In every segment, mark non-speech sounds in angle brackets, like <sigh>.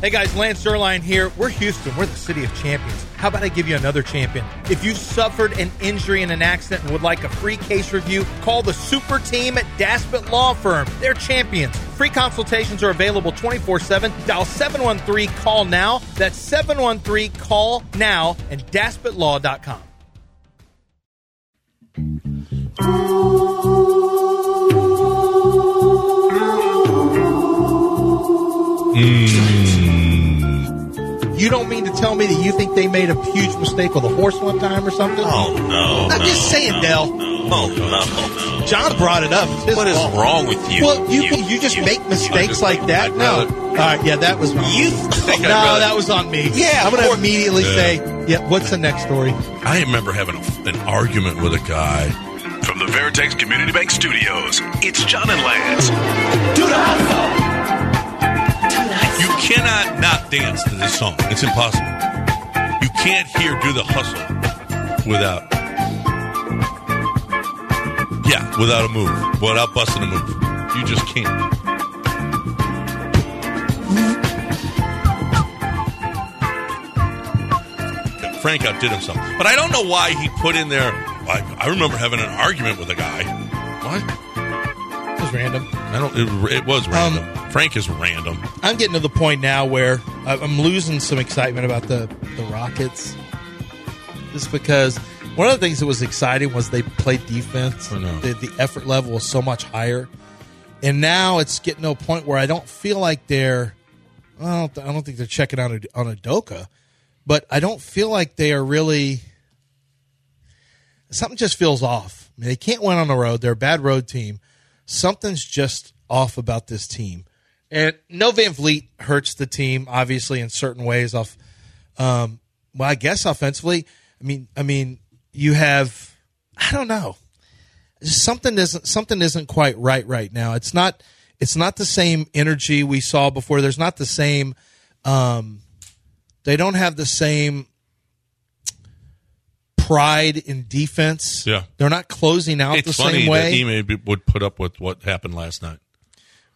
Hey guys, Lance Zerline here. We're Houston. We're the city of champions. How about I give you another champion? If you suffered an injury in an accident and would like a free case review, call the super team at Daspit Law Firm. They're champions. Free consultations are available 24 7. Dial 713 Call Now. That's 713 Call Now and DaspitLaw.com. You don't mean to tell me that you think they made a huge mistake with a horse one time or something? Oh no! I'm no, just saying, no, Dell. No, no, no. John brought it up. It's his What is fault. wrong with you? Well, you you, you just make I mistakes just like think that. I'd No, rather- all right, yeah, that was wrong. You think no, I'd rather- that was on me. Yeah, I'm of gonna course. immediately Yeah. say, yeah. What's the next story? I remember having a, an argument with a guy. From the Veritex Community Bank Studios, it's John and Lance. You cannot not dance to this song. It's impossible. You can't hear "Do the Hustle" without, yeah, without a move, without busting a move. You just can't. Frank outdid himself, but I don't know why he put in there. I, I remember having an argument with a guy. What? It was random. I don't. It, it was random. Frank is random. I'm getting to the point now where I- I'm losing some excitement about the the Rockets, just because one of the things that was exciting was they played defense. I know. The, the effort level was so much higher, and now it's getting to a point where I don't feel like they're. I don't, I don't think they're checking out a- on Adoka, but I don't feel like they are really. Something just feels off. I mean, they can't win on the road. They're a bad road team. Something's just off about this team. And no Van Vliet hurts the team, obviously, in certain ways. Off, um, well, I guess offensively. I mean, I mean, you have, I don't know, Just something isn't something isn't quite right right now. It's not, it's not the same energy we saw before. There's not the same. Um, they don't have the same pride in defense. Yeah. they're not closing out it's the funny same way. that he maybe would put up with what happened last night.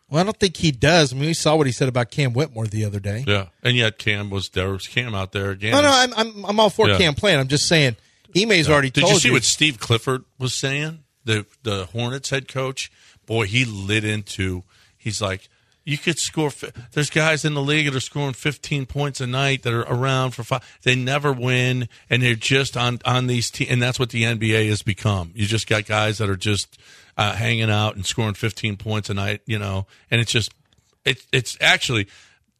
Well, I don't think he does. I mean, we saw what he said about Cam Whitmore the other day. Yeah, and yet Cam was there. Was Cam out there again? Oh, No, no, I'm I'm, I'm all for Yeah. Cam playing. I'm just saying, Ime's already Did told you see what Steve Clifford was saying? The the Hornets head coach. Boy, he lit into. He's like, you could score. fi- There's guys in the league that are scoring 15 points a night that are around for five. They never win, and they're just on on these teams. And that's what the NBA has become. You just got guys that are just uh, hanging out and scoring 15 points a night. You know, and it's just it's it's actually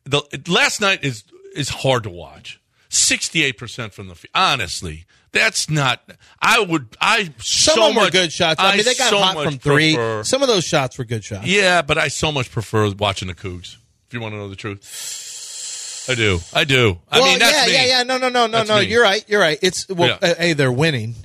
the it- last night is is hard to watch. Sixty eight percent from the field. Honestly, that's not. I would. I Some so of them were much, good shots. I, mean, they got so hot much from three. prefer- Some of those shots were good shots. yeah, but I so much prefer watching the Cougs. If you want to know the truth, I do. I do. I well, mean, yeah, that's me. yeah, yeah. No, no, no, no, That's no. me. You're right. You're right. It's well, Yeah. uh, hey, they're winning.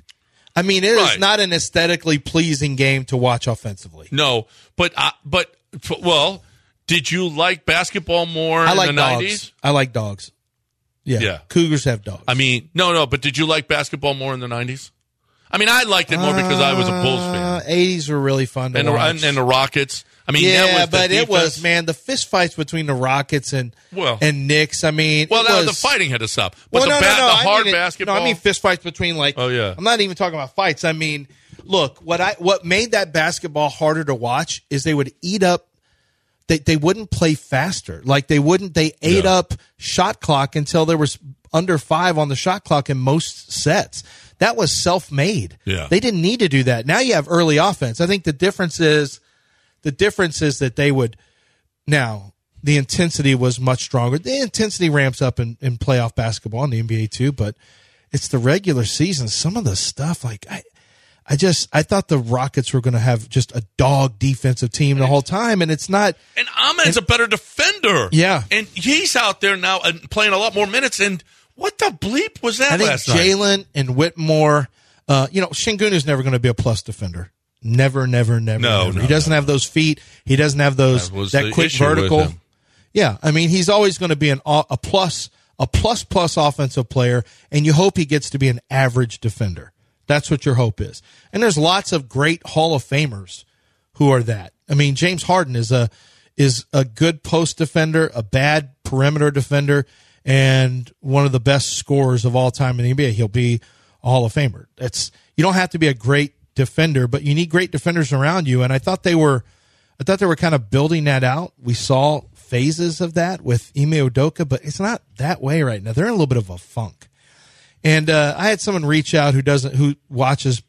I mean, it is Right. not an aesthetically pleasing game to watch offensively. No, but I, but well, did you like basketball more? I in like the dogs. 90s? I like dogs. Yeah. Yeah. Cougars have dogs. I mean, no, no, but did you like basketball more in the 90s? I mean, I liked it more because I was a Bulls fan. Uh, Eighties were really fun to And the, watch. and, and the Rockets. I mean, that Yeah, was the but it was defense. man the fist fights between the Rockets and Well- and Knicks. I mean, Well, it now was, the fighting had to stop. Well, But the, no, ba- no, no, the I hard mean it- basketball. No, I mean fist fights between like. Oh, yeah. I'm not even talking about fights. I mean, look what I what made that basketball harder to watch is they would eat up. They they wouldn't play faster. Like they wouldn't. They ate Yeah. up shot clock until there was under five on the shot clock in most sets. That was self made. Yeah. They didn't need to do that. Now you have early offense. I think the difference is the difference is that they would now the intensity was much stronger. The intensity ramps up in, in playoff basketball in the NBA too, but it's the regular season. Some of the stuff like I I just I thought the Rockets were gonna have just a dog defensive team the whole time and it's not and Ahmed's a better defender. Yeah. And he's out there now and playing a lot more minutes. And what the bleep was that I think last night? Jalen and Whitmore uh, you know, Shingunu's never gonna be a plus defender. Never, never, never. No, never. no, he doesn't have those feet. He doesn't have those That was that, the quick issue with vertical. him. Yeah, I mean he's always going to be an au- a plus a plus plus offensive player, and you hope he gets to be an average defender. That's what your hope is. And there's lots of great Hall of Famers who are that. I mean, James Harden is a is a good post defender, a bad perimeter defender, and one of the best scorers of all time in the NBA. He'll be a Hall of Famer. That's you don't have to be a great defender, but you need great defenders around you. And I thought they were, I thought they were kind of building that out. We saw phases of that with Ime Udoka, but it's not that way right now. They're in a little bit of a funk. And uh, I had someone reach out who doesn't who watches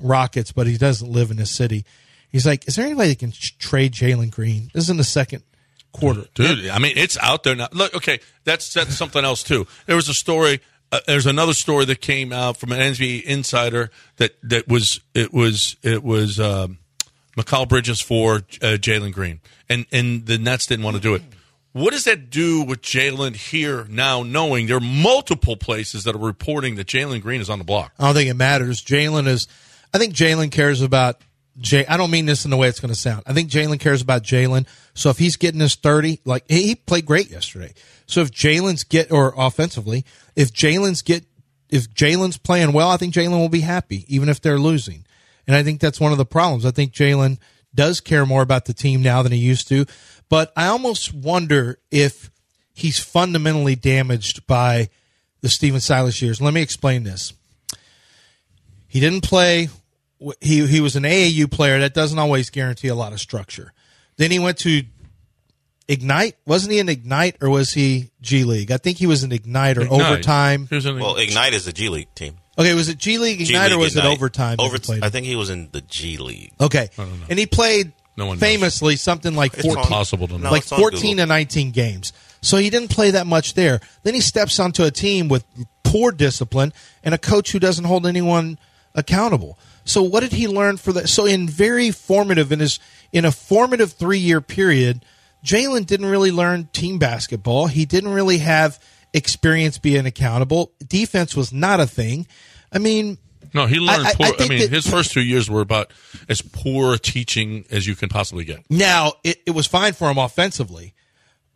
Rockets, but he doesn't live in this city. He's like, "Is there anybody that can sh- trade Jalen Green?" This is in the second quarter. dude. I mean, it's out there now. Look, okay, that's that's something else too. There was a story. Uh, there's another story that came out from an NBA insider that that was it was it was um, McCall Bridges for uh, Jalen Green, and and the Nets didn't want to do it. What does that do with Jalen here now? Knowing there are multiple places that are reporting that Jalen Green is on the block. I don't think it matters. Jalen is. I think Jalen cares about Jay. I don't mean this in the way it's going to sound. I think Jalen cares about Jalen. So if he's getting his thirty, like he he played great yesterday. So if Jalen's get or offensively, if Jalen's get if Jalen's playing well, I think Jalen will be happy, even if they're losing. And I think that's one of the problems. I think Jalen does care more about the team now than he used to. But I almost wonder if he's fundamentally damaged by the Steven Silas years. Let me explain this. He didn't play. He he was an AAU player. That doesn't always guarantee a lot of structure. Then he went to Ignite. Wasn't he in Ignite or was he G League? I think he was in Ignite or Ignite. overtime. Here's an- Well, Ignite is the G League team. Okay, was it G League G Ignite or League was it Ignite. overtime? that he Overt- played? I think he was in the G League. Okay, and he played No one knows. famously something like It's on- fourteen possible to know. No, like it's on 14 Google. to 19 games. So he didn't play that much there. Then he steps onto a team with poor discipline and a coach who doesn't hold anyone accountable. So what did he learn for that? So in very formative in his in a formative three year period, Jalen didn't really learn team basketball. He didn't really have experience being accountable. Defense was not a thing. I mean, no, he learned. I- I- poor, I I, think mean, that- his first two years were about as poor teaching as you can possibly get. now it, it was fine for him offensively.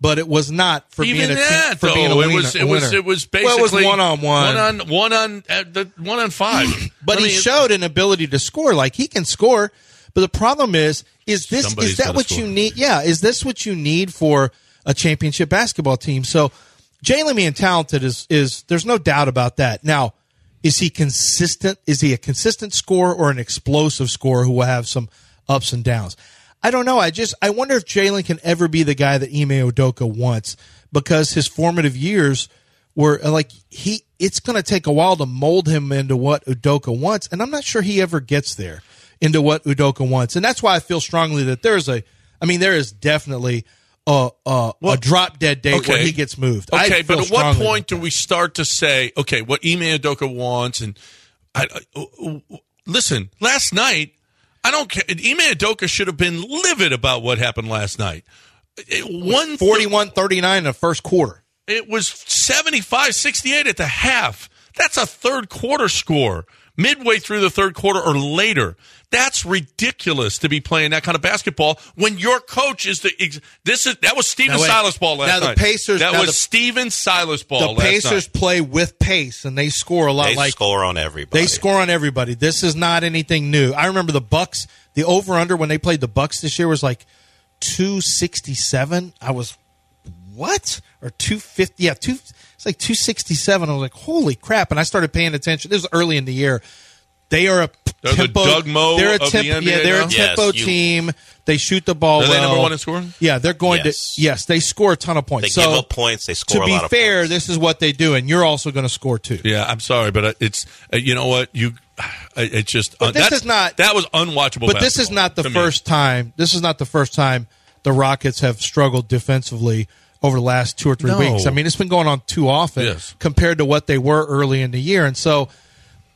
But it was not for Even being a that, team, for though, being a it winner, was it a was winner. it was Well, basically it was one on one. one on one on uh, the one on five. <clears throat> but I he mean, showed an ability to score. Like he can score, but the problem is, is this Somebody's is that gotta what score. you need? Yeah, is this what you need for a championship basketball team? So, Jalen being talented is is there's no doubt about that. Now, is he consistent? Is he a consistent scorer or an explosive scorer who will have some ups and downs? I don't know. I just I wonder if Jalen can ever be the guy that Ime Odoka wants because his formative years where uh, like he it's going to take a while to mold him into what Udoka wants and I'm not sure he ever gets there into what Udoka wants and that's why I feel strongly that there's a I mean there is definitely a a, a drop dead date where okay. he gets moved I Okay, feel but at what strongly point that. do we start to say, okay, what Ime Udoka wants? And I, I- listen, last night, I don't care. Ime Udoka should have been livid about what happened last night. It, one 41 39 in the first quarter It was 75 68 at the half. That's a third quarter score. Midway through the third quarter or later. That's ridiculous to be playing that kind of basketball when your coach is the. ex- This is that was Steven Now wait. Silas ball last Now the night. Pacers- That now was the- Steven Silas ball. the last Pacers night. play with pace and they score a lot They uh, like score on everybody. They score on everybody. This is not anything new. I remember the Bucks. The over under when they played the Bucks this year was like two sixty seven. I was what or two fifty? Yeah, two. It's like two sixty seven. I was like, holy crap! And I started paying attention. This was early in the year. They are a They're the tempo. Doug Moe they're a of the temp- NBA yeah. They're now? a Yes, tempo you- team. They shoot the ball. Are they well. number one in scoring? Yeah, they're going Yes. to. Yes, they score a ton of points. They so give up points. They score to a be lot of fair, points. this is what they do, and you're also going to score too. Yeah, I'm sorry, but uh, it's uh, you know what you. <sighs> I- It's just uh, But this that's- is not- that was unwatchable. But this is basketball not the to me. first time. This is not the first time the Rockets have struggled defensively over the last two or three No. weeks. I mean, it's been going on too often Yes. compared to what they were early in the year, and so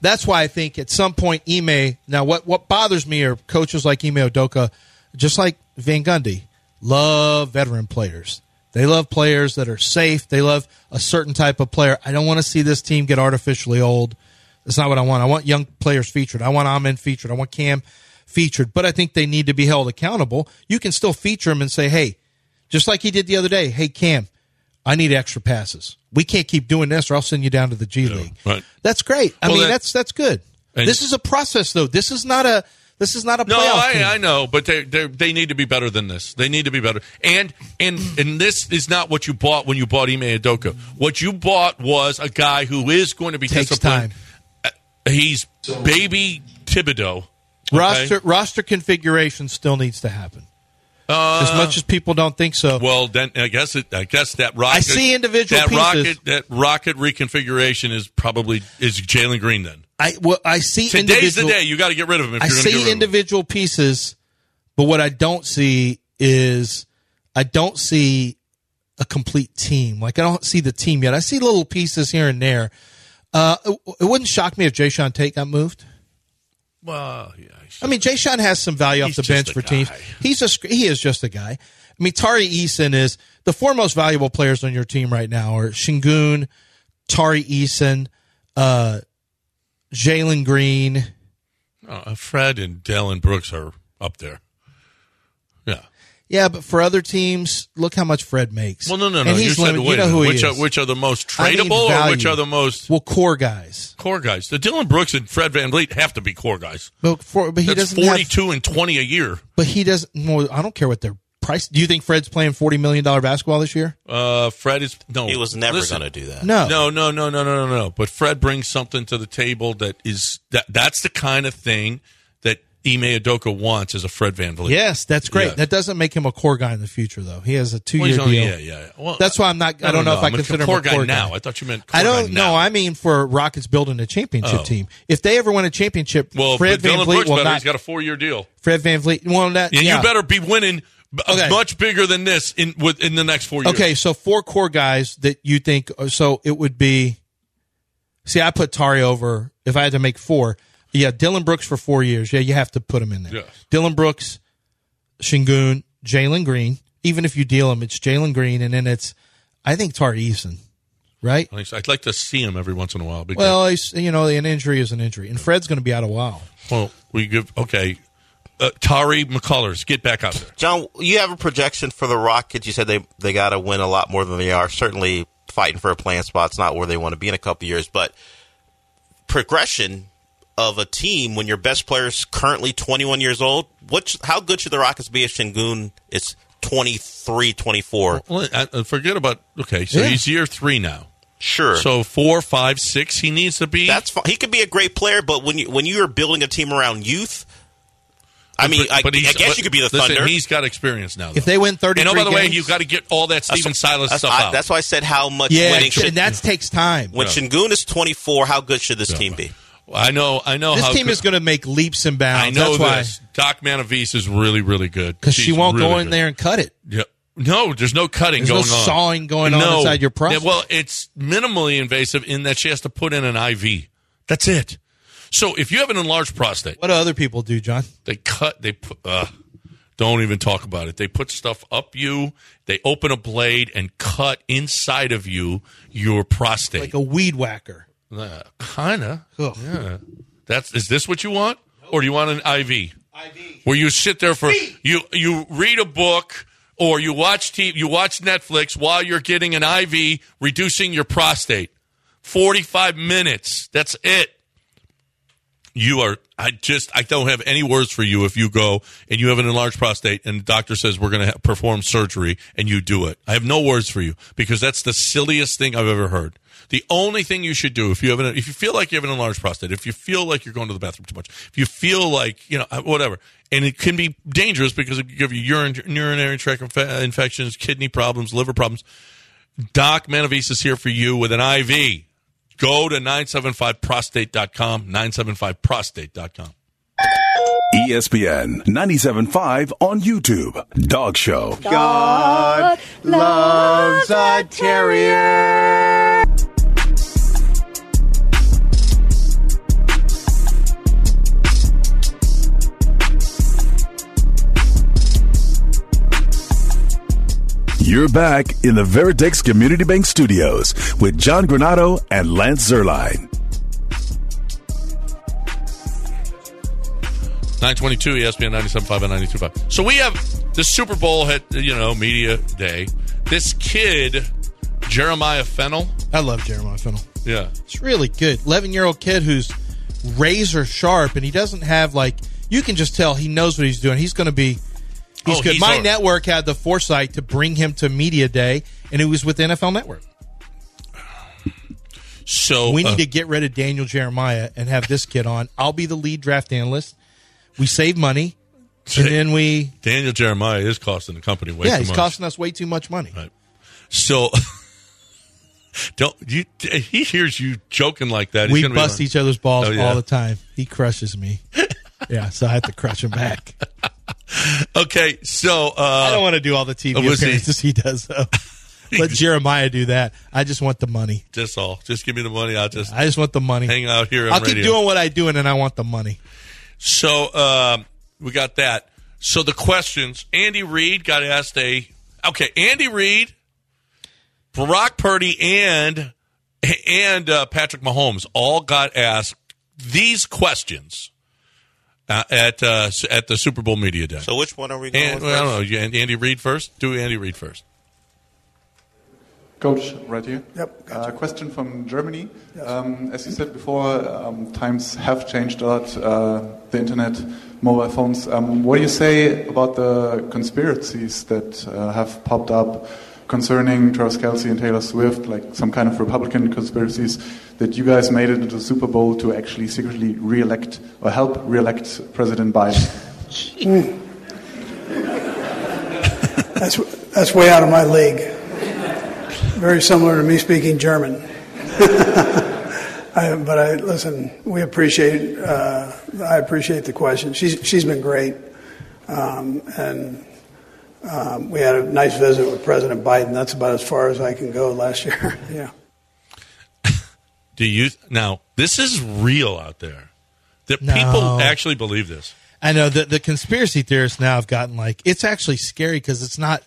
that's why I think at some point Ime. Now, what what bothers me are coaches like Ime Odoka, just like Van Gundy, love veteran players. They love players that are safe. They love a certain type of player. I don't want to see this team get artificially old. That's not what I want. I want young players featured. I want Amen featured. I want Cam featured. But I think they need to be held accountable. You can still feature them and say, hey, just like he did the other day, hey, Cam, I need extra passes. We can't keep doing this or I'll send you down to the G League. right. That's great. I Well, mean, that- that's that's good. And- this is a process, though. This is not a This is not a No, playoff team. I, I know, but they they they need to be better than this. They need to be better. And and and this is not what you bought when you bought Ime Adoka. What you bought was a guy who is going to be Takes time. disciplined. Uh, He's baby Thibodeau. okay? roster roster configuration still needs to happen. as much as people don't think so, Uh, Well, then I guess it, I guess that rocket. see individual that pieces. rocket that rocket reconfiguration is probably is Jalen Green. Then I well, I see today's the individual. day you got to get rid of him. If I you're gonna get rid see of him. individual pieces, but what I don't see is I don't see a complete team. Like I don't see the team yet. I see little pieces here and there. Uh, it, it wouldn't shock me if Jay Sean Tate got moved. Well, yeah, I see. I mean, Jay Sean has some value off He's the just bench a for teams. guy. He's a sc- he is just a guy. I mean, Tari Eason is the four most valuable players on your team right now are Shingun, Tari Eason, uh, Jalen Green. Uh, Fred and Dallin Brooks are up there. Yeah. Yeah, but for other teams, look how much Fred makes. Well, no, no, And no. you he's said limited. wait, You know who he which is. are which are the most I need tradable, or value. which are the most well, core guys. core guys? The Dylan Brooks and Fred Van Vliet have to be core guys. But, for, but he That's doesn't have. forty-two and twenty a year. But he doesn't. Well, I don't care what their price. Do you think Fred's playing forty million dollar basketball this year? Uh, Fred is no. He was never listen, going to do that. No. Uh, No, no, no, no, no, no, no. But Fred brings something to the table that is that that's the kind of thing that Ime Adoka wants as a Fred Van Vliet. Yes, that's great. Yeah. That doesn't make him a core guy in the future, though. He has a two Well, year he's deal. only- yeah, yeah. Well, That's why I'm not. I don't know if I mean, consider him core a core guy. now. I thought you meant. Core I don't guy know. Now. I mean, for Rockets building a championship Oh. team, if they ever win a championship, well, Fred but Dylan Van Vliet Brooks will better. not. He's got a four-year deal. Fred Van Vliet. Well, that, And yeah. you better be winning b- Okay. much bigger than this in with in the next four years. Okay, so four core guys that you think. So it would be. See, I put Tari over if I had to make four. Yeah, Dylan Brooks for four years. Yeah, you have to put him in there. Yes. Dylan Brooks, Shingun, Jalen Green. Even if you deal him, it's Jalen Green, and then it's I think Tari Eason, right? At least I'd like to see him every once in a while. Because, well, Well, he's, you know, an injury is an injury, and Fred's going to be out a while. we give okay. Uh, Tari McCullers, get back out there. John, you have a projection for the Rockets. You said they they got to win a lot more than they are. Certainly, fighting for a playing spot's not where they want to be in a couple years, but progression of a team when your best player is currently 21 years old. What? sh- How good should the Rockets be if Shingun is 23, 24? Well, I- I forget about okay. So Yeah. he's year three now. Sure. So four, five, six. He needs to be. that's fine. He could be a great player, but when you when you are building a team around youth, I mean, I, I he's- guess but- you could be the listen, Thunder. He's got experience now. Though. If they win thirty, and oh, by the way, games- you got to get all that Steven Silas that's, stuff I- out. that's why I said how much yeah, winning and should that takes time. When Shingun is 24, how good should this team be? I know. I know. this how team good- is going to make leaps and I bounds. know That's this. why Doc Manavise is really, really good because she She's won't go really in good. there and cut it. Yeah. No, there's no cutting There's no going on. sawing going on inside your prostate. Yeah, Well, it's minimally invasive in that she has to put in an IV. That's it. So if you have an enlarged prostate, What do other people do, John? they cut. They put. Uh, don't even talk about it. They put stuff up you. They open a blade and cut inside of you your prostate. Like a weed whacker. uh, kinda. Ugh. Yeah. That's. Is this what you want, or do you want an IV? where you sit there for you you read a book or you watch TV, you watch Netflix while you're getting an IV reducing your prostate. 45 minutes. That's it. You are I just I don't have any words for you if you go and you have an enlarged prostate and the doctor says we're going to perform surgery and you do it. I have no words for you because that's the silliest thing I've ever heard. The only thing you should do if you have an, if you feel like you have an enlarged prostate, if you feel like you're going to the bathroom too much, if you feel like you know whatever, and it can be dangerous because it can give you urine, urinary tract infe- infections, kidney problems, liver problems. Doc Manavis is here for you with an IV. Go to 975prostate.com, 975prostate.com. E ESPN 97.5 on YouTube. Dog Show. God loves a terrier. You're back in the Veritex Community Bank Studios with John Granado and Lance Zerline. 922 ESPN 97.5 and 92.5. So we have the Super Bowl, had, you know, media day. This kid, Jeremiah Fennel. I love Jeremiah Fennel. Yeah. It's really good. Eleven year old kid who's razor sharp, and he doesn't have like you can just tell he knows what he's doing. He's going to be. He's Oh, good. he's My on. network had the foresight to bring him to media day, and it was with NFL Network. So We need uh, to get rid of Daniel Jeremiah and have this kid on. I'll be the lead draft analyst. We save money, and then we Daniel Jeremiah is costing the company way yeah, too he's much. costing us way too much money. so <laughs> don't you? He hears you joking like that. he's we gonna be bust like, each other's balls Oh, yeah. all the time. He crushes <laughs> me. yeah, so I have to crush him back. Okay, so uh, I don't want to do all the TV Uh, we'll see. appearances he does. Though. <laughs> Let Jeremiah do that. I just want the money. just all. Just give me the money. I'll just I just want the money. hang out here. On I'll keep radio. doing what I do, and then I want the money. So um, we got that. So the questions. Andy Reid got asked a. Okay, Andy Reid, Brock Purdy, and and uh, Patrick Mahomes all got asked these questions uh, at uh, s- at the Super Bowl media day. So which one are we going and, with? well, I don't know. first? You- and- Andy Reid first. Do Andy Reid first. Coach, right here. Yep, Uh, question from Germany. Um, as you said before, um, times have changed a lot. Uh, the internet, mobile phones. Um, what do you say about the conspiracies that uh, have popped up concerning Travis Kelsey and Taylor Swift, like some kind of Republican conspiracies that you guys made it into the Super Bowl to actually secretly re-elect or help re-elect President Biden? <laughs> That's, that's way out of my league. Very similar to me speaking German. <laughs> I, but I, listen, we appreciate, uh, I appreciate the question. She's, she's been great. Um, and um, we had a nice visit with President Biden. That's about as far as I can go last year. <laughs> yeah. Do you now? This is real out there. That No. people actually believe this. I know the the conspiracy theorists now have gotten like it's actually scary because it's not.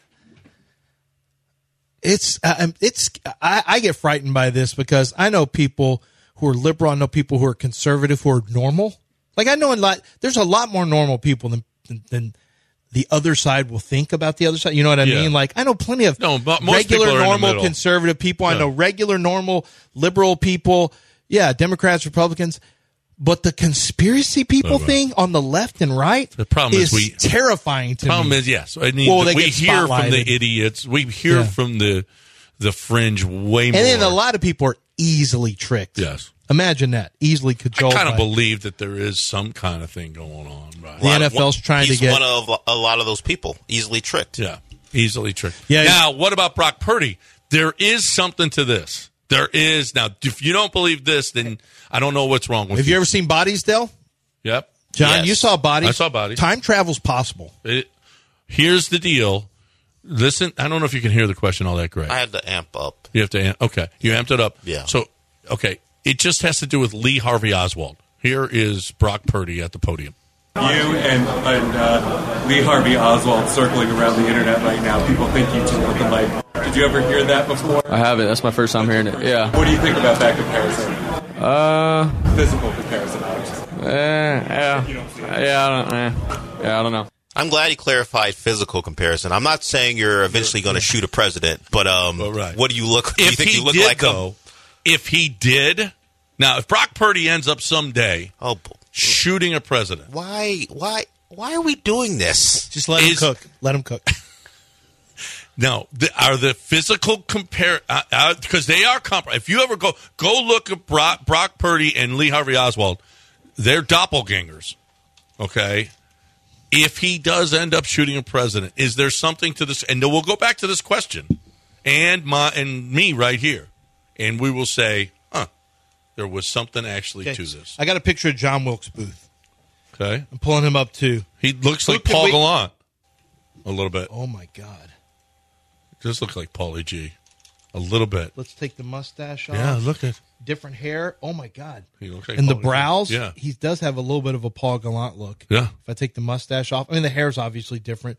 It's uh, um, it's I, I get frightened by this because I know people who are liberal. I know people who are conservative who are normal. Like I know a lot. There's a lot more normal people than than, than the other side will think about the other side. You know what I Yeah. mean? Like I know plenty of No, but most regular people are in the normal middle. conservative people. I know regular normal liberal people. Yeah, Democrats, Republicans. But the conspiracy people thing on the left and right Oh, The problem is we- terrifying to problem me. is yes i mean Well, they we get hear from spotlighted. the idiots we hear Yeah. from the the fringe way more and then a lot of people are easily tricked. Yes. Imagine that. Easily i cajoled. kind by- of believe that there is some kind of thing going on right The Lot of- NFL's trying to he's get- Uh, one of a lot of those people easily tricked. yeah easily tricked Yeah, he's- now what about brock purdy there is something to this there is now if you don't believe this then i don't know what's wrong with Have you ever seen Bodies, Dell? yep John, Yes. you saw Bodies. I saw Bodies. Time travel's possible. It- here's the deal listen i don't know if you can hear the question all that great I had to amp up. You have to. am- Okay, you amped it up. Yeah. So okay, it just has to do with Lee Harvey Oswald. Here is Brock Purdy at the podium. You and, and uh, Lee Harvey Oswald circling around the internet right now. People think you two look alike. Did you ever hear that before? I haven't. That's my first time hearing it. Yeah. What do you think about that comparison? Uh. Physical comparison, obviously. eh, yeah. Yeah. I don't, eh. Yeah. I don't know. I'm glad he clarified physical comparison. I'm not saying you're eventually going to shoot a president, but um, Well, right. what do you look? Do you think you look like him? if he did, now if Brock Purdy ends up someday Oh, b- shooting a president, why, why, why are we doing this? Just let him Is- cook. Let him <laughs> cook. no, the, are the physical compare because uh, 'cause they are comp. If you ever go go look at Brock, Brock Purdy and Lee Harvey Oswald, they're doppelgangers. okay if he does end up shooting a president is there something to this and we'll go back to this question and my and me right here and we will say huh there was something actually Okay. to this I got a picture of John Wilkes Booth. okay I'm pulling him up too. he looks like could paul we- gallant a little bit Oh my God. just look like paulie g a little bit Let's take the mustache off. yeah look at Different hair. Oh my God. he looks like and the Pauly G. brows, yeah he does have a little bit of a Paul Gallant look. Yeah. If I take the mustache off, I mean the hair's obviously different.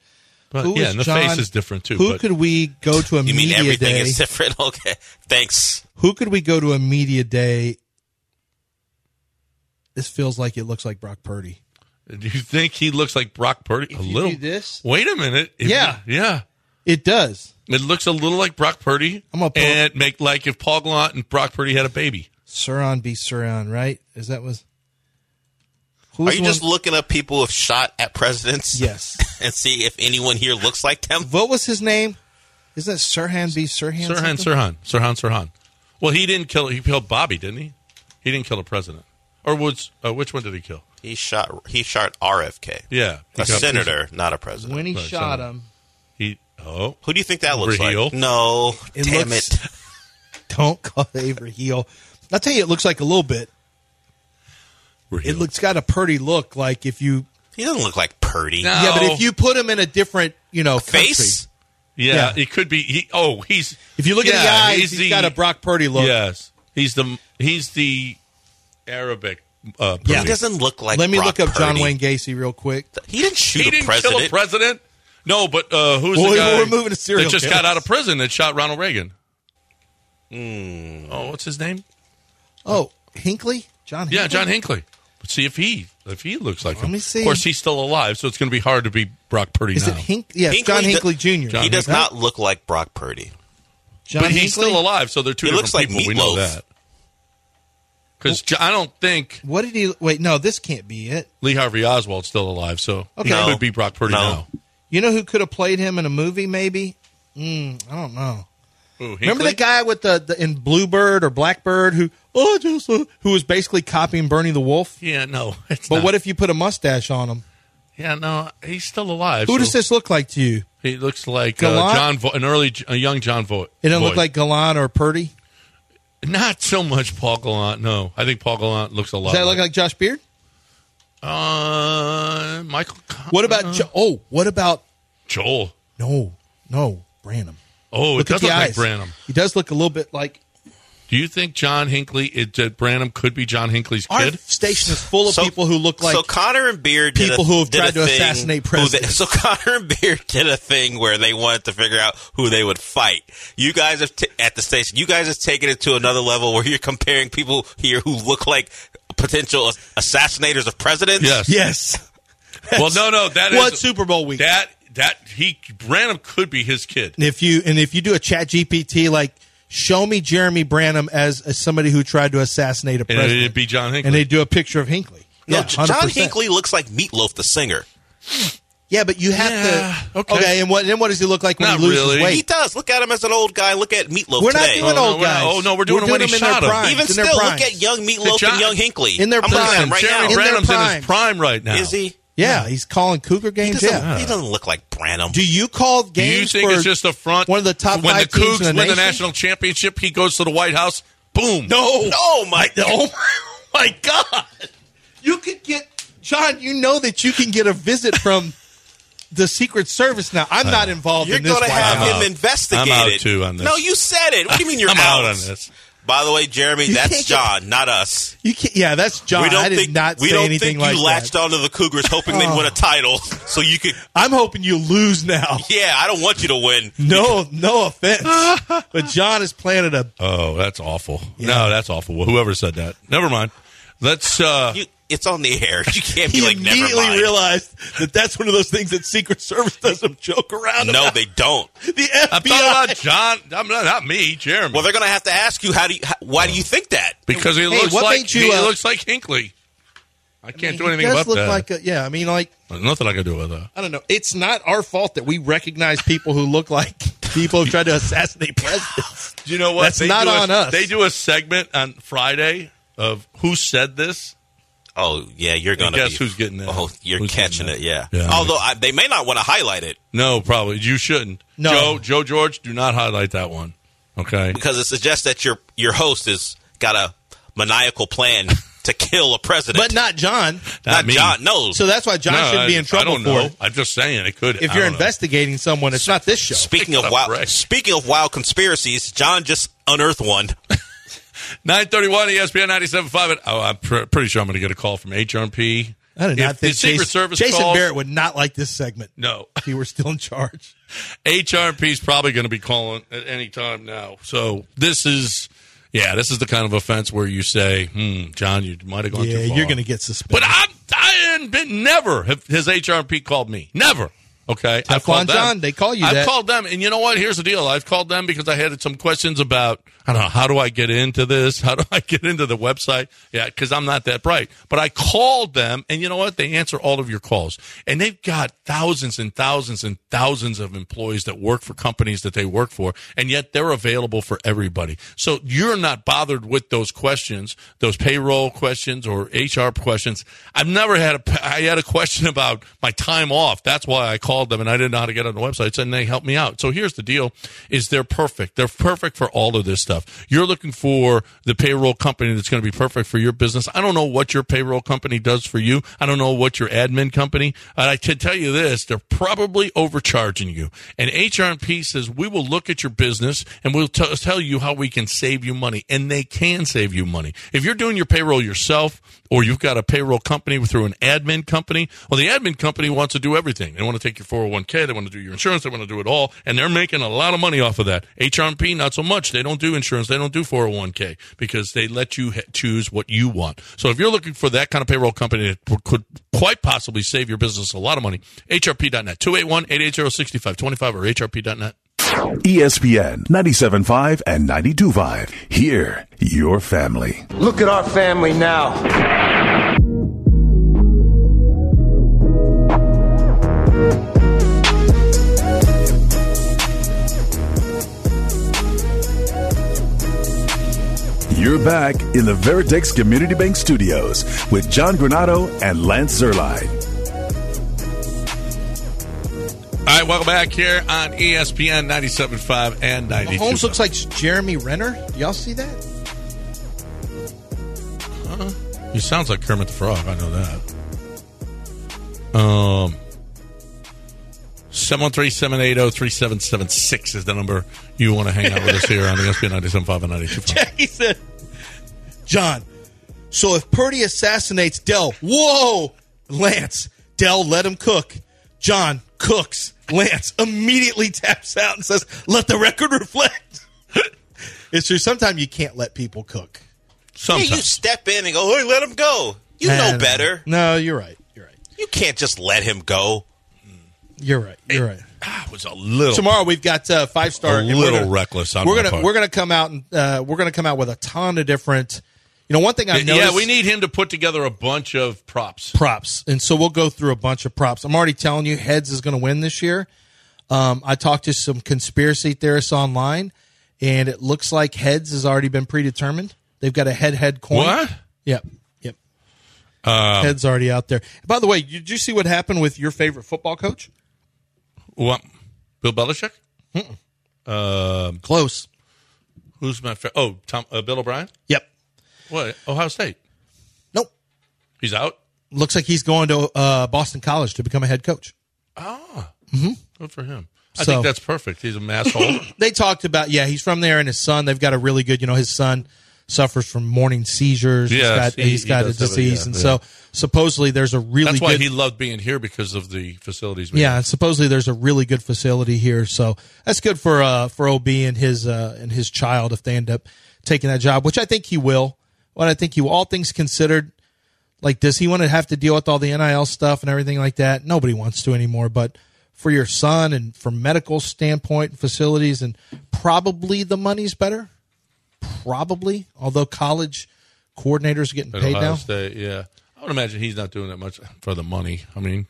But, Who yeah, is and the John- face is different, too, Who but- could we go to a You media mean everything day? is different? <laughs> Okay, thanks. Who could we go to a media day? This feels like it looks like Brock Purdy. do you think he looks like brock purdy a you little do this- wait a minute If- Yeah. yeah It does. It looks a little like Brock Purdy. I'm gonna pull- and make like if Paul Gallant and Brock Purdy had a baby. Suron be Suron, right? Is that was Who's Are you the just one- looking up people who have shot at presidents? Yes. <laughs> and see if anyone here looks like them? What was his name? Is that Sirhan B. Sirhan? something? Sirhan, Sirhan, Sirhan, Sirhan. Well, he didn't kill. He killed Bobby, didn't he? He didn't kill a president. Or was uh, which one did he kill? He shot. He shot RFK. Yeah. a senator, not a president. When he Right, shot something. him, He. Oh, Who do you think that looks Raheel? like? No, It damn looks- it. don't <laughs> call it Avery Heel. I'll tell you, it looks like a little bit. It looks got a pretty look. Like if you, He doesn't look like Purdy. No. yeah, but if you put him in a different, you know, Face. country- Yeah, Yeah. it could be. He, oh, he's. If you look at the yeah, eyes, he's got a Brock Purdy look. Yes, he's the he's the Arabic. Uh, Yeah. He Purdy. doesn't look like. Let me Brock look up John Purdy. Wayne Gacy real quick. He didn't shoot he a didn't president. kill a president. No, but uh, who's Well, the we- guy we're moving to serial that just killers. got out of prison that shot Ronald Reagan? Hmm. Oh, what's his name? Oh, Hinkley, John. Hinkley? Yeah, John Hinckley. See if he if he looks like him. me see. Of course, he's still alive, so it's going to be hard to be Brock Purdy Is now. it Hink? Yeah, Hinckley John do- Hinkley Jr. he does Right? not look like Brock Purdy. John but he's Hinckley? still alive, so they're two He different looks like people. We know Meatloaf. that because I don't think What did he? Wait, no, this can't be it. Lee Harvey Oswald's still alive, so Okay. he No. could be Brock Purdy No. You know who could have played him in a movie? Maybe. Mm, I don't know. now. Ooh, Remember Hinckley? that guy with the, the in Bluebird or Blackbird who oh I just uh, who was basically copying Bernie the Wolf? Yeah, no. It's But not. what if you put a mustache on him? Yeah, no. He's still alive. Who so does this look like to you? He looks like Gallant? uh, John, Vo- an early, a young John Voight. It doesn't look like Galan or Purdy. Not so much Paul Gallant. No, I think Paul Gallant looks a lot. Does that look like Josh Beard? uh, Michael? Con- What about jo- oh? What about Joel? no no Branham? Oh, Look it does at the look eyes. like Branham. He does look a little bit like Do you think John Hinckley, it, that Branham could be John Hinckley's our <laughs> kid? station is full of So- people who look like so Connor and Beard did a- people who have did tried a to thing- assassinate who they- presidents. so <laughs> Connor and Beard did a thing where they wanted to figure out who they would fight. You guys have t- at the station. You guys have taken it to another level where you're comparing people here who look like potential assassinators of presidents. Yes. yes. Well, no, no. That is What Super Bowl week? That that he Branham could be his kid. And if you and if you do a Chat GPT like show me Jeremy Branham as, as somebody who tried to assassinate a And president, it'd be John Hinckley. and they do a picture of Hinckley. No, yeah, John 100%. Hinckley looks like Meatloaf the singer. Yeah, but you have Yeah, to. Okay. okay. and what? Then what does he look like when Not he loses really. weight? He does. Look at him as an old guy. Look at Meatloaf We're not today. doing no, old we're not- guys. oh, no, we're doing it when them he in their shot 'em. primes, Even in their still, look primes. at young Meatloaf John- and young Hinckley. In their I'm looking at him prime. right Jeremy In now. their Branham's in prime. his prime right now. Is he? Yeah, he's calling Cougar He games. doesn't, Yeah. he doesn't look like Branham. Do you call Do games? you think for it's just a front? One of the top when five the Cougs teams in the win the nation? national championship, he goes to the White House. Boom. No, Oh my! Oh my, my God! You could get John. You know that you can get a visit from the Secret Service. Now I'm not involved You're in this. Uh-huh. going to White have House. him out. investigated. I'm out too on this. No, you said it. What do you <laughs> mean you're I'm out on this. By the way, Jeremy, You that's can't get- John, not us. You can't, yeah, that's John. we don't I did think not we say don't anything think like you latched that. Oh. onto the Cougars hoping they'd win a title, <laughs> so you could. I'm hoping you lose now. Yeah, I don't want you to win. No, no <laughs> offense, but John is planning a. Oh, that's awful. No, that's awful. Well, whoever said that, never mind. Let's. uh You, it's on the air. You can't be He like never immediately mind. realized that that's one of those things that Secret Service doesn't joke around. No, about. they don't. the I'm talking about FBI. John. I'm not, not me, Jeremy. Well, they're going to have to ask you how do you, how, why do you think that? because he looks what like made you, he uh, looks like Hinkley. I can't do He anything does about look that. like a, yeah. I mean, like There's nothing I can do about that. I don't know. It's not our fault that we recognize people who look like people who tried to assassinate <laughs> presidents. Do you know what? That's not do a- on us. They do a segment on Friday of who said this. Oh yeah, you're going to guess who's getting that? Oh, you're Who's getting catching that? it. Yeah. Yeah. Although I, they may not want to highlight it No, probably you shouldn't. No. Joe, Joe George, do not highlight that one. Okay. because it suggests that your your host has got a maniacal plan to kill a president. But not John. not Not me. John. No. So that's why John No, shouldn't be I- in trouble I don't for know. it. I'm just saying it could. If I you're don't know. investigating someone, it's not this show. speaking <laughs> of Pick wild, up, Rick. speaking of wild conspiracies, John just unearthed one. 931 ESPN 97.5. Oh, I'm pr- pretty sure I'm going to get a call from HRP. I do not If think the Secret Jason, Service Jason calls- Barrett would not like this segment. No. <laughs> if he were still in charge. HRP's probably going to be calling at any time now. So this is, yeah, this is the kind of offense where you say, hmm, John, you might have gone yeah, too far. you're going to get suspended. But I'm, I haven't been, never have, has HRP called me. Never. Okay, Teflon I've called them. John, they call you I've that. called them, and you know what? Here's the deal. I've called them because I had some questions about I don't know how do I get into this? <laughs> How do I get into the website? Yeah, because I'm not that bright. But I called them, and you know what? They answer all of your calls, and they've got thousands and thousands and thousands of employees that work for companies that they work for, and yet they're available for everybody. So you're not bothered with those questions, those payroll questions or HR questions. I've never had a <laughs> I had a question about my time off. That's why I called them and I didn't know how to get on the websites and they helped me out. So here's the deal is they're perfect. They're perfect for all of this stuff. You're looking for the payroll company that's going to be perfect for your business. I don't know what your payroll company does for you. I don't know what your admin company. And I can tell you this, they're probably overcharging you. And HRMP says we will look at your business and we'll t- tell you how we can save you money. And they can save you money. If you're doing your payroll yourself or you've got a payroll company through an admin company, well, the admin company wants to do everything. They want to take your 401k, they want to do your insurance, they want to do it all, and they're making a lot of money off of that. HRMP, not so much. They don't do insurance, they don't do 401k because they let you ha- choose what you want. So if you're looking for that kind of payroll company that p- could quite possibly save your business a lot of money, HRP.net, 281 880 6525 or HRP.net. E ESPN 97.5 and 92.5. Here, your family. Look at our family now. You're back in the Veritex Community Bank Studios with John Granado and Lance Zerline. All right, welcome back here on E ESPN 97.5 and 92. Holmes looks like Jeremy Renner. Y'all see <laughs> that? He sounds like Kermit the Frog. I know that. Um, seven one three seven eight zero three seven seven six is the number you want to hang out with us here on the ESPN ninety seven five and <laughs> ninety two. he said, John, so if Purdy assassinates Dell, whoa, Lance, Dell let him cook. John cooks. Lance immediately <laughs> taps out and says, let the record reflect. <laughs> it's true. Sometimes you can't let people cook. Yeah, you step in and go, hey, let him go. You Nah, know nah. better. uh, No, you're right. You can't just let him go. You're right. You're right. That was a little Tomorrow we've got uh, five star. A little reckless on we're my gonna part. we're gonna come out and uh, we're gonna come out with a ton of different. You know, one thing I Yeah, noticed. we need him to put together a bunch of props. props, and so we'll go through a bunch of props. I'm already telling you, heads is going to win this year. Um, I talked to some conspiracy theorists online, and it looks like heads has already been predetermined. They've got a head head coin. What? Yep, yep. Um, heads already out there. By the way, did you see what happened with your favorite football coach? What? Bill Belichick? Um, Close. Who's my fa- oh Tom uh, Bill O'Brien? Yep. What? Ohio State? Nope. He's out. Looks like he's going to uh, Boston College to become a head coach. Ah, Mhm. good for him. I So- think that's perfect. He's a masshole. they talked about yeah he's from there and his son they've got a really good you know his son suffers from morning seizures Yes, he's got, he- he's he got a does have a- disease yeah, and yeah. so supposedly there's a really That's why good he loved being here because of the facilities. We yeah and supposedly there's a really good facility here so that's good for uh for ob and his uh and his child if they end up taking that job which i think he will what i think he will all things considered like does he want to have to deal with all the nil stuff and everything like that nobody wants to anymore but for your son and from medical standpoint facilities and probably the money's better probably although college coordinators are getting At paid Ohio now State, yeah. I would imagine he's not doing that much for the money. I mean,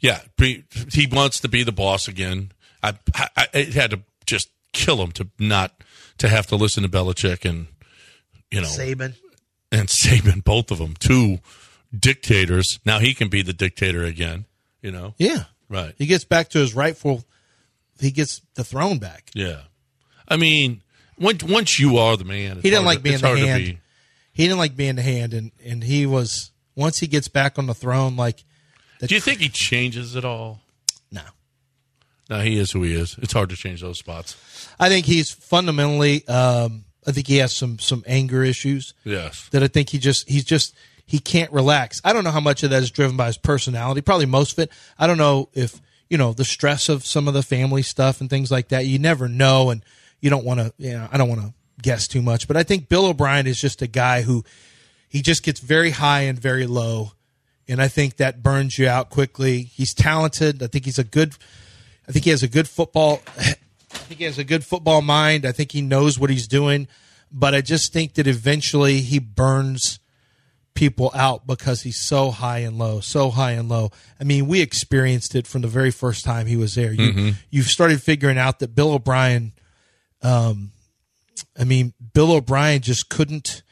yeah, pre, he wants to be the boss again. I, I, I it had to just kill him to not to have to listen to Belichick and you know Saban. and Saban, both of them, two dictators. Now he can be the dictator again. You know, yeah right. he gets back to his rightful he gets the throne back Yeah, I mean, once once you are the man, it's he didn't hard like to- being it's the hard to hand. be- He didn't like being the hand, and and he was once he gets back on the throne, like the Do you think he changes at all? No. No, he is who he is. It's hard to change those spots. I think he's fundamentally. Um, I think he has some some anger issues. Yes. That I think he just he's just he can't relax. I don't know how much of that is driven by his personality. Probably most of it. I don't know if you know the stress of some of the family stuff and things like that. You never know, and you don't want to. You know, I don't want to guess too much, but I think Bill O'Brien is just a guy who he just gets very high and very low. and I think that burns you out quickly. He's talented. I think he's a good. I think he has a good football. I think he has a good football mind. I think he knows what he's doing, but I just think that eventually he burns people out because he's so high and low, so high and low. I mean, we experienced it from the very first time he was there. You Mhm. you've started figuring out that Bill O'Brien um I mean, Bill O'Brien just couldn't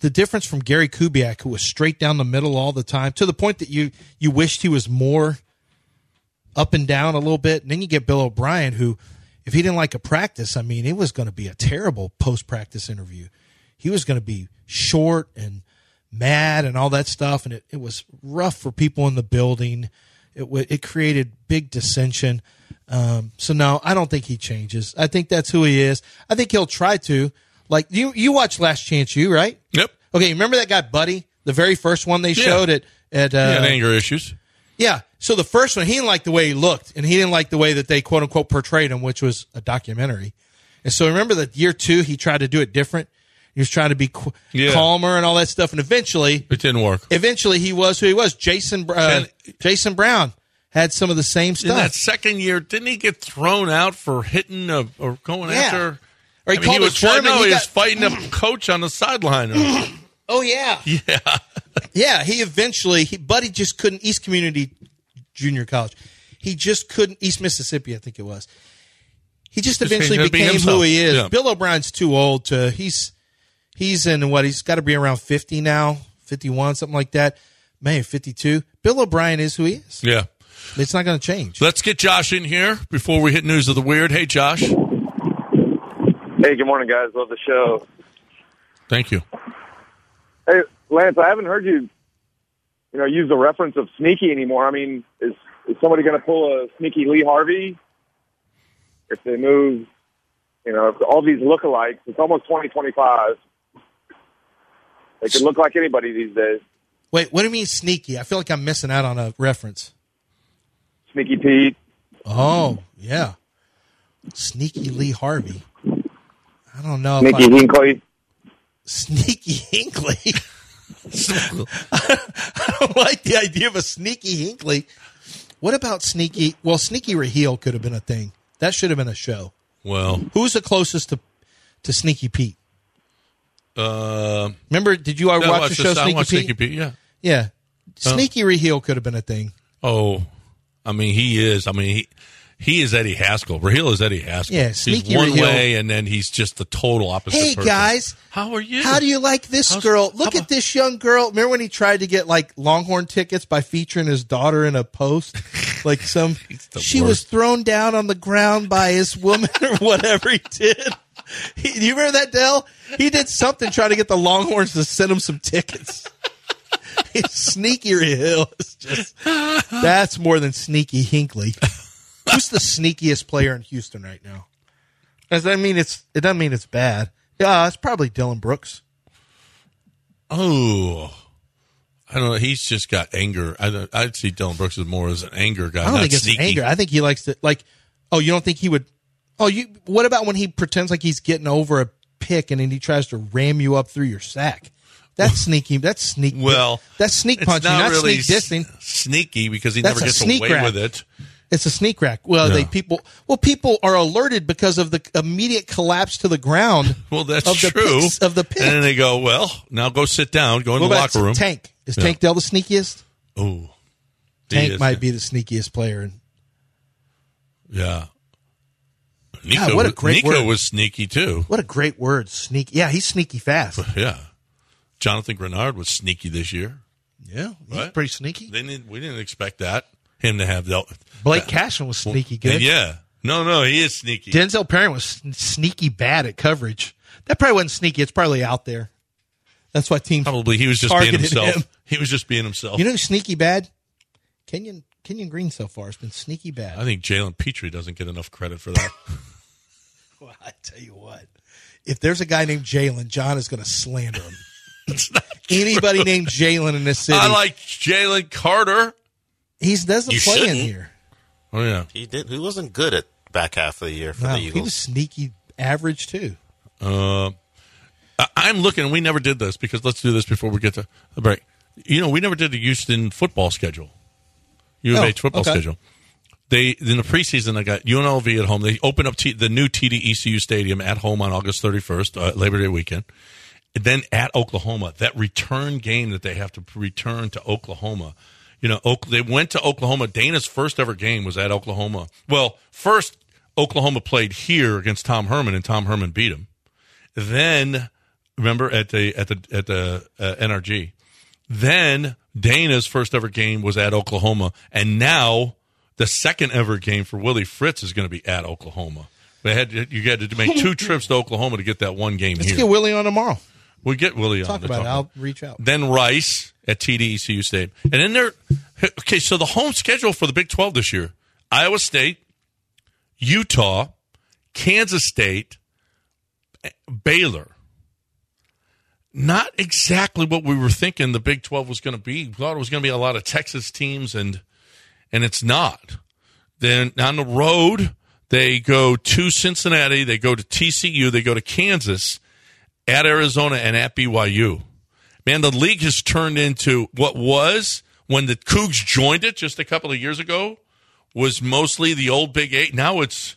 the difference from Gary Kubiak, who was straight down the middle all the time, to the point that you you wished he was more up and down a little bit. And then you get Bill O'Brien, who, if he didn't like a practice, I mean, it was going to be a terrible post practice interview. He was going to be short and mad and all that stuff. And it, it was rough for people in the building. It, wa- it created big dissension. Um, so, no, I don't think he changes. I think that's who he is. I think he'll try to. Like, you, you watch Last Chance You, right? Yep. Okay, remember that guy, Buddy? The very first one they Yeah. showed at, at uh, yeah, and anger issues. yeah. So the first one, he didn't like the way he looked, and he didn't like the way that they quote unquote portrayed him, which was a documentary. And so remember that year two, he tried to do it different. He was trying to be qu- Yeah. calmer and all that stuff. And eventually, It didn't work. eventually, he was who he was. Jason uh, Jason Brown had some of the same In that stuff. second year, didn't he get thrown out for hitting a, or going Yeah. after? Or he I mean, called a was trying, German, no, he he, got- was fighting a <clears throat> coach on the <clears throat> sideline. or- Oh yeah, yeah, yeah. He eventually, he, but he just couldn't. East Community Junior College, he just couldn't. East Mississippi, I think it was. he just Just eventually had to be became himself. who he is. Yeah. Bill O'Brien's too old to he's he's in what he's got to be around 50 now, 51 something like that. Man, 52. Bill O'Brien is who he is. yeah. It's not going to change. Let's get Josh in here before we hit news of the weird. Hey, Josh. Hey, good morning, guys. Love the show. Thank you. Hey, Lance, I haven't heard you, you know, use the reference of sneaky anymore. I mean, is is somebody going to pull a sneaky Lee Harvey if they move? You know, if all these lookalikes. It's almost twenty twenty five. They can look like anybody these days. Wait, what do you mean sneaky? I feel like I'm missing out on a reference. Sneaky Pete. Oh, yeah. Sneaky Lee Harvey. I don't know. if Sneaky I- Hinkley. Sneaky <laughs> Hinkley. I don't like the idea of a sneaky Hinkley. What about sneaky? Well, sneaky Raheel could have been a thing. That should have been a show. Well, Who's the closest to to Sneaky Pete? uh, Remember, did you all I watch watched the show this- I Sneaky watched Pete? Sneaky Pete, yeah. Yeah. Huh. Sneaky Raheel could have been a thing. Oh, I mean, he is. I mean, he he is Eddie Haskell. Raheel is Eddie Haskell. Yeah, he's sneaky one Raheel. way, and then he's just the total opposite. Hey person. guys, how are you? How do you like this girl? Look at this young girl. Remember when he tried to get like Longhorn tickets by featuring his daughter in a post? Like some, she was thrown down on the ground by his woman or whatever he did. He, do you remember that, Dell? He did something trying to get the Longhorns to send him some tickets. <laughs> His sneaky Hill is just that's more than sneaky Hinkley. Who's the sneakiest player in Houston right now? Does that mean it's? It doesn't mean it's bad. Yeah, it's probably Dylan Brooks. Oh, I don't know. He's just got anger. I don't, I'd see Dylan Brooks as more as an anger guy. I don't not think it's sneaky. anger. I think he likes to like. Oh, you don't think he would? Oh, you. What about when he pretends like he's getting over a pick and then he tries to ram you up through your sack? That's sneaky. That's sneak. Well, that's sneak it's punching. not Not, really sneak dissing. s- Sneaky because he That's never a gets sneak away rack. with it. It's a sneak rack. Well, they Yeah. people. Well, people are alerted because of the immediate collapse to the ground. <laughs> Well, that's of the true. picks- of the pick. and then they go, well, now go sit down, go in What the about locker room. Tank is Tank Dell the sneakiest. Oh, Tank might be the sneakiest player. in Yeah. Nico, God, what a great Nico word. was sneaky too. What a great word, sneak. Yeah, he's sneaky <laughs> fast. Yeah. Jonathan Grenard was sneaky this year. Yeah, he's Right. pretty sneaky. They didn't, we didn't expect that him to have that. Blake Cashman was sneaky good. Yeah. No, no, he is sneaky. Denzel Perrin was sn- sneaky bad at coverage. That probably wasn't sneaky. It's probably out there. That's why teams Probably he was just being targeted himself. him. He was just being himself. You know, who's sneaky bad. Kenyon Kenyon Green so far has been sneaky bad. I think Jalen Petrie doesn't get enough credit for that. <laughs> Well, I tell you what, if there's a guy named Jalen, John is going to slander him. Anybody named Jalen in this city, I like Jalen Carter. he doesn't You play in shouldn't. here. Oh yeah. He did. He wasn't good at back half of the year for No, the he Eagles. was sneaky average too. Uh, I- I'm looking. We never did this because let's do this before we get to the break. You know, we never did the Houston football schedule, U of Oh, H football okay. schedule. They in the preseason they got UNLV at home. They opened up T, the new TD ECU Stadium at home on August 31st, uh, Labor Day weekend. Then at Oklahoma, that return game that they have to return to Oklahoma. You know, Oak, they went to Oklahoma. Dana's first ever game was at Oklahoma. Well, first Oklahoma played here against Tom Herman, and Tom Herman beat him. Then remember at the at the at the uh, NRG. Then Dana's first ever game was at Oklahoma, and now the second ever game for Willie Fritz is going to be at Oklahoma. They had to- you had to <laughs> make two trips to Oklahoma to get that one game Let's here. get Willie on tomorrow. we get Willie on Talk to about it. I'll reach out. <laughs> Then Rice at TDECU State, and then there. Okay, so the home schedule for the Big Twelve this year: Iowa State, Utah, Kansas State, Baylor. Not exactly what we were thinking the Big 12 was going to be. We thought it was going to be a lot of Texas teams, and and it's not. Then on the road, they go to Cincinnati, they go to TCU, they go to Kansas, at Arizona, and at BYU. Man, the league has turned into what was when the Cougs joined it just a couple of years ago was mostly the old Big Eight. Now it's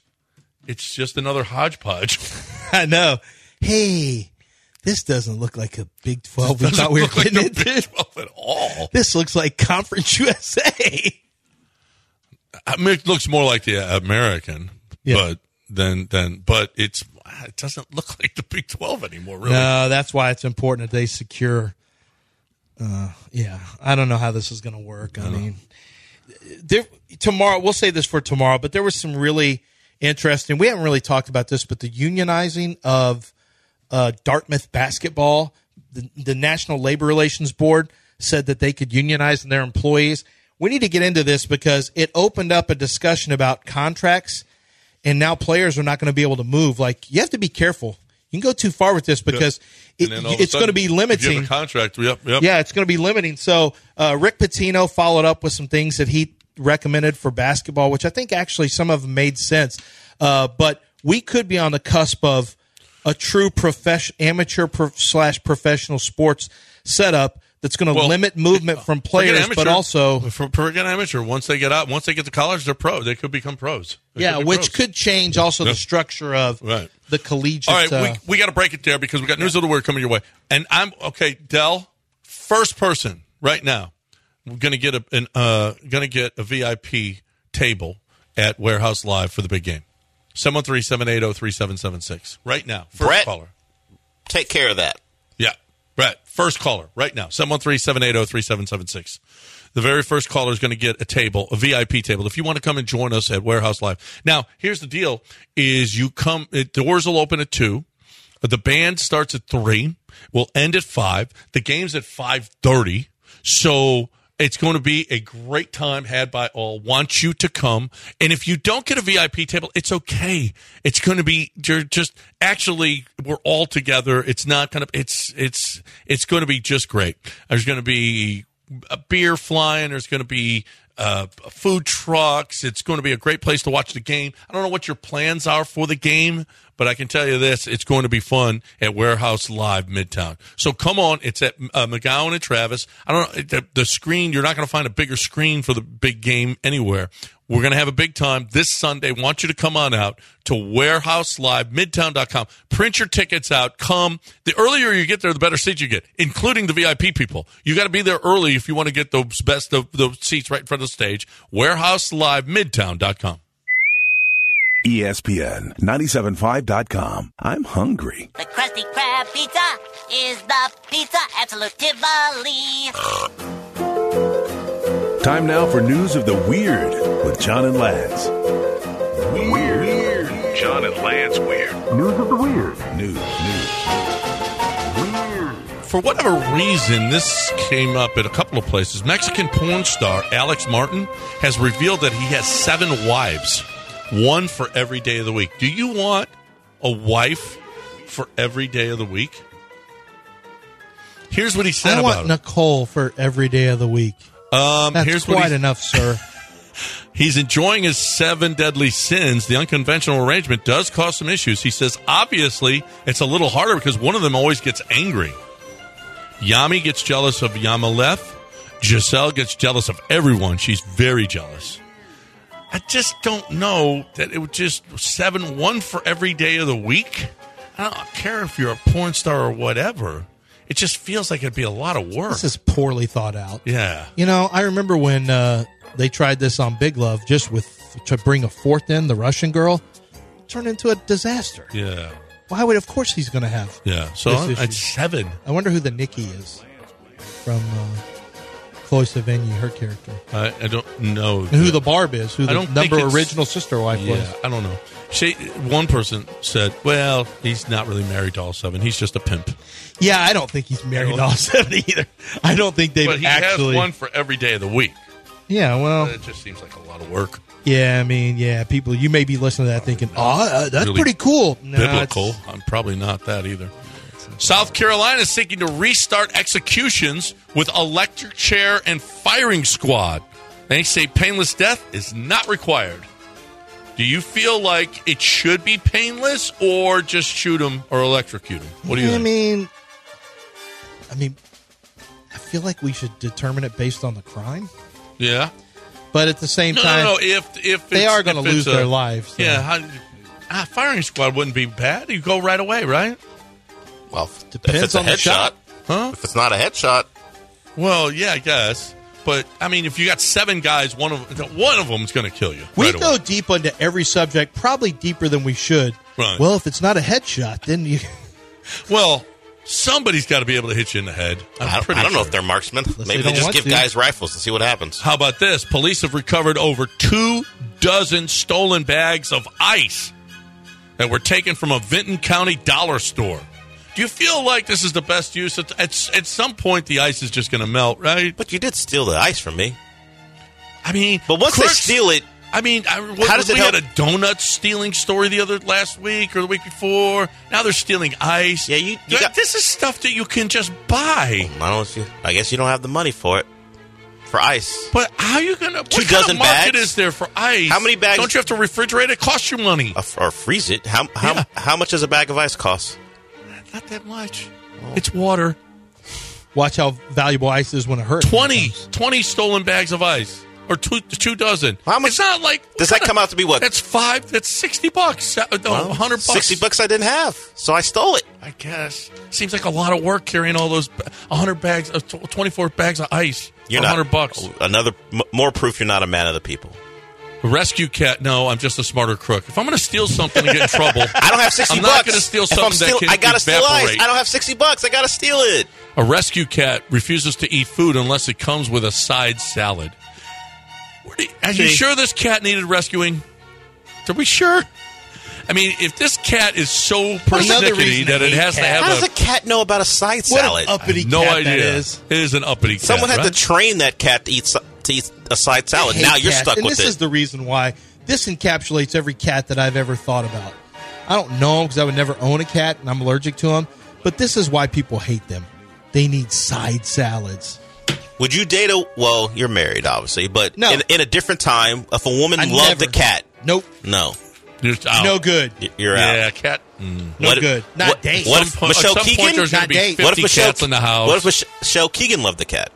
it's just <laughs> another hodgepodge. I know. Hey, this doesn't look like a Big 12 we Doesn't thought we were look like getting the into. Big 12 at all. This looks like Conference <laughs> USA. I mean, it looks more like the American, Yeah. but then then but it's it doesn't look <laughs> like the Big Twelve anymore. Really, No, that's why it's important that they secure. Uh, yeah, I don't know how this is going to work. I mean, there, tomorrow we'll say this for tomorrow, but there was some really interesting. We haven't really talked about this, but the unionizing of uh, Dartmouth basketball, the, the National Labor Relations Board said that they could unionize their employees. We need to get into this because it opened up a discussion about contracts and now players are not going to be able to move. Like you have to be careful. You can go too far with this because it, And then all of a it's going to sudden, be If you limiting. have a contract, yep, yep. Yeah, it's going to be limiting. So uh, Rick Pitino followed up with some things that he recommended for basketball, which I think actually some of them made sense. Uh, but we could be on the cusp of a true profession, amateur pro- slash professional sports setup that's going to Well, limit movement from Forget players, but amateur. also for, forget amateur. Once they get out, once they get to college, they're pro. They could become pros. They yeah, be which pros. could change also Yeah. the structure of Right. the collegiate. All right, uh, we, we got to break it there because we got news of the word coming your way. And I'm okay, Dell. First person right now, we're gonna get a an, uh, gonna get a VIP table at Warehouse Live for the big game. oh, 713-780-3776. Right now, first Brett. caller. Take care of that. Yeah, Brett, first caller right now. oh, 713-780-3776. The very first caller is going to get a table, a VIP table. If you want to come and join us at Warehouse Live. Now, here's the deal is you come it, doors will open at 2. The band starts at 3. We'll end at 5. The game's at 5:30. So it's going to be a great time had by all. Want you to come. And if you don't get a VIP table, it's okay. It's going to be you're just actually we're all together. It's not going to it's it's it's going to be just great. There's going to be a beer flying. There's going to be uh, food trucks. It's going to be a great place to watch the game. I don't know what your plans are for the game, but I can tell you this: it's going to be fun at Warehouse Live Midtown. So come on, it's at uh, McGowan and Travis. I don't know the, the screen. You're not going to find a bigger screen for the big game anywhere. We're going to have a big time this Sunday. Want you to come on out to Warehouse Live, midtown.com. Print your tickets out. Come. The earlier you get there, the better seats you get, including the VIP people. You got to be there early if you want to get those best of those seats right in front of the stage. Warehouse Live, midtown.com. E ESPN 975.com. I'm hungry. The Krusty Krab pizza is the pizza absolute Tivoli. Time now for news of the weird with John and Lance. John and Lance Weird. News of the weird. News, news. For whatever reason, this came up at a couple of places. Mexican porn star Alex Martin has revealed that he has seven wives, one for every day of the week. Do you want a wife for every day of the week? Here's what he said I about want it. Nicole for every day of the week. Um, That's here's what quite he- enough, sir. He's enjoying his seven deadly sins. The unconventional arrangement does cause some issues. He says, obviously, it's a little harder because one of them always gets angry. Yami gets jealous of Yamalef. Giselle gets jealous of everyone. She's very jealous. I just don't know that it was just seven one for every day of the week. I don't care if you're a porn star or whatever. It just feels like it'd be a lot of work. This is poorly thought out. Yeah. You know, I remember when uh, they tried this on Big Love, just with to bring a fourth in the Russian girl, turned into a disaster. Yeah. Why would? Of course, he's going to have. Yeah. So this I'm issue. at seven. I wonder who the Nikki is from uh, Chloe Sevigny, her character, I, I don't know and who the Barb is, who I the don't think number it's- original sister wife was. Yeah, I don't know. She, one person said, "Well, he's not really married to all seven. He's just a pimp." Yeah, I don't think he's married to all <laughs> seven either. I don't think they've but he actually. has one for every day of the week. Yeah, well, It just seems like a lot of work. yeah. I mean, yeah. People, you may be listening to that thinking, "Oh, uh, that's Really pretty cool." No, it's- Biblical. I'm probably not that either. South Carolina is seeking to restart executions with electric chair and firing squad. They say painless death is not required. Do you feel like it should be painless, or just shoot them or electrocute them? What do you I think? mean, I mean, I feel like we should determine it based on the crime, yeah. but at the same No, time, no, no. If if they it's- are gonna if it's lose a- their lives, so- yeah. How, ah, firing squad wouldn't be bad. You go right away, right? Well, if- Depends if it's a on the headshot, shot. Huh? if it's not a headshot, Well, yeah, I guess. But I mean, if you got seven guys, one of one of them's going to kill you. we right away. go deep into every subject, probably deeper than we should. Right. Well, if it's not a headshot, then you. <laughs> Well, somebody's got to be able to hit you in the head. I'm I don't, pretty I don't know sure. if they're marksmen. Maybe they they, don't just want give to. guys rifles and see what happens. How about this? Police have recovered over two dozen stolen bags of ice that were taken from a Vinton County dollar store. Do you feel like this is the best use? At, at, at some point, the ice is just going to melt, right? But you did steal the ice from me. I mean, But once Crooks- they steal it, I mean, I, what, How does it we help- had a donut stealing story the other last week or the week before. Now they're stealing ice. Yeah, you- you Th- got- this is stuff that you can just buy. I don't. See, I guess you don't have the money for it. For ice, But how are you gonna? What Two kind dozen of market bags? is there for ice? How many bags- Don't you have to refrigerate it? Costs you money. Uh, f- or freeze it. How how Yeah. how much does a bag of ice cost? Not that much. It's water. Watch how valuable ice is when it hurts. 20, 20 stolen bags of ice, or two two dozen. How much- It's not like Does that come out to be what? That's five. That's sixty bucks. Uh, No, Well, hundred bucks. Sixty bucks I didn't have, so I stole it. I guess. Seems like a lot of work carrying all those ba- 100 bags, uh, tw- 24 bags of ice You're for not 100 bucks. Another m- more proof you're not a man of the people. Rescue cat. No, I'm just a smarter crook. If I'm going to steal something and get in <laughs> trouble, I don't have 60 I'm bucks. not going to steal If I'm something steal- that can I gotta steal evaporate. ice. I don't have 60 bucks. I gotta steal it. A rescue cat refuses to eat food unless it comes with a side salad. Where do- Are you See? sure this cat needed rescuing? Are we sure? I mean, if this cat is so persnickety reason to that it hate has to cats. have How a, does a cat know about a side What salad? an uppity no cat idea. that is. It is an uppity. Someone cat, had right? to train that cat to eat so- to eat a side salad. hate Oh, Now you're cats. stuck and with this is it. the reason why this encapsulates every cat that I've ever thought about. I don't know because I would never own a cat and I'm allergic to them. But this is why people hate them. They need side salads. Would you date a? Well, you're married, obviously, but No. in, in a different time, if a woman I loved never- a cat, Oh. Nope. no, You're out. No good. Y- you're yeah, out. cat. Mm. No What- good. Not what- date. What Some if point- at Michelle some point Keegan? there's gonna Not be date. 50 What if Michelle? cats in the house. What if Mich- Michelle Keegan loved the cat?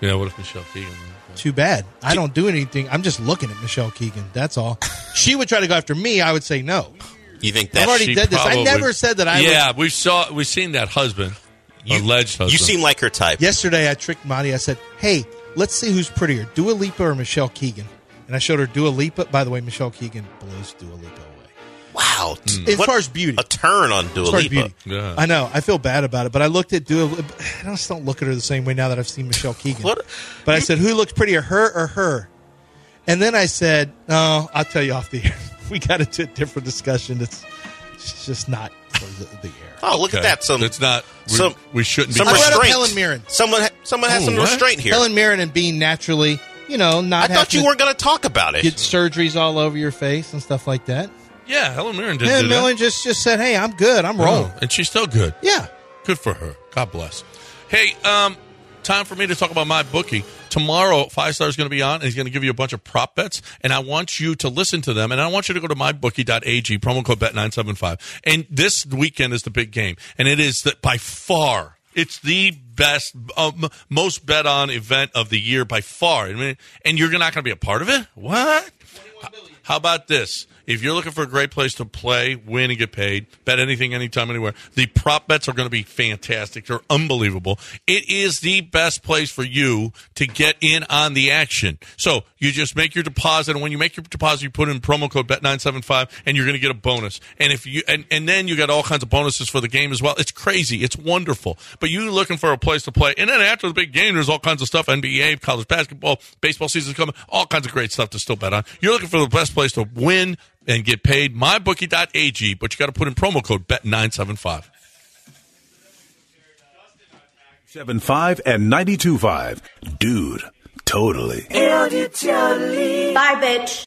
yeah, what if Michelle Keegan? Too bad. I don't do anything. I'm just looking at Michelle Keegan. That's all. she would try to go after me. I would say no. You think I've that? already She did this. I probably- never said that I would- Yeah, we saw, we've seen that husband, alleged husband. you seem like her type. Yesterday, I tricked Monty. I said, "Hey, let's see who's prettier, Dua Lipa or Michelle Keegan." And I showed her Dua Lipa. By the way, Michelle Keegan blows Dua Lipa away. Wow. t- Hmm. As what far as beauty. a turn on Dua As far as Lipa. beauty. Yeah. I know. I feel bad about it, but I looked at Dua. Lip- I just don't look at her the same way now that I've seen <laughs> Michelle Keegan. What? But I said, "Who looks prettier, her or her?" And then I said, "No, I'll tell you off the <laughs> air. We got into a different discussion. It's, it's just not for the, the air." Oh, look Okay. at that! Some it's not. We, some- we shouldn't some be. I brought up restraint. Helen Mirren. Someone, ha- someone has Oh, some what? restraint here. Helen Mirren and being naturally, you know, I not. thought having you to weren't going to talk about it. Get surgeries all over your face and stuff like that. yeah, Helen Mirren did And do that. Millen just just said, "Hey, I'm good. I'm Oh, rolling." and she's still good. Yeah. Good for her. God bless. Hey, um, time for me to talk about my bookie. Tomorrow, Five Star is going to be on, and he's going to give you a bunch of prop bets, and I want you to listen to them, and I want you to go to mybookie.ag, promo code bet975. And this weekend is the big game, and it is the, by far It's the best, um, most bet on event of the year by far. I mean, and you're not going to be a part of it? What? How about this? If you're looking for a great place to play, win, and get paid, bet anything, anytime, anywhere, the prop bets are going to be fantastic. They're unbelievable. It is the best place for you to get in on the action. So you just make your deposit, and when you make your deposit, you put in promo code BET975, and you're going to get a bonus. And if you and, and then you got all kinds of bonuses for the game as well. It's crazy. It's wonderful. But you looking for a place to play, and then after the big game, there's all kinds of stuff: NBA, college basketball, baseball season's coming, all kinds of great stuff to still bet on. You're looking for the best place to win and get paid. MyBookie.ag, but you got to put in promo code BET975. 75 and 92.5. Dude, totally. Bye, bitch.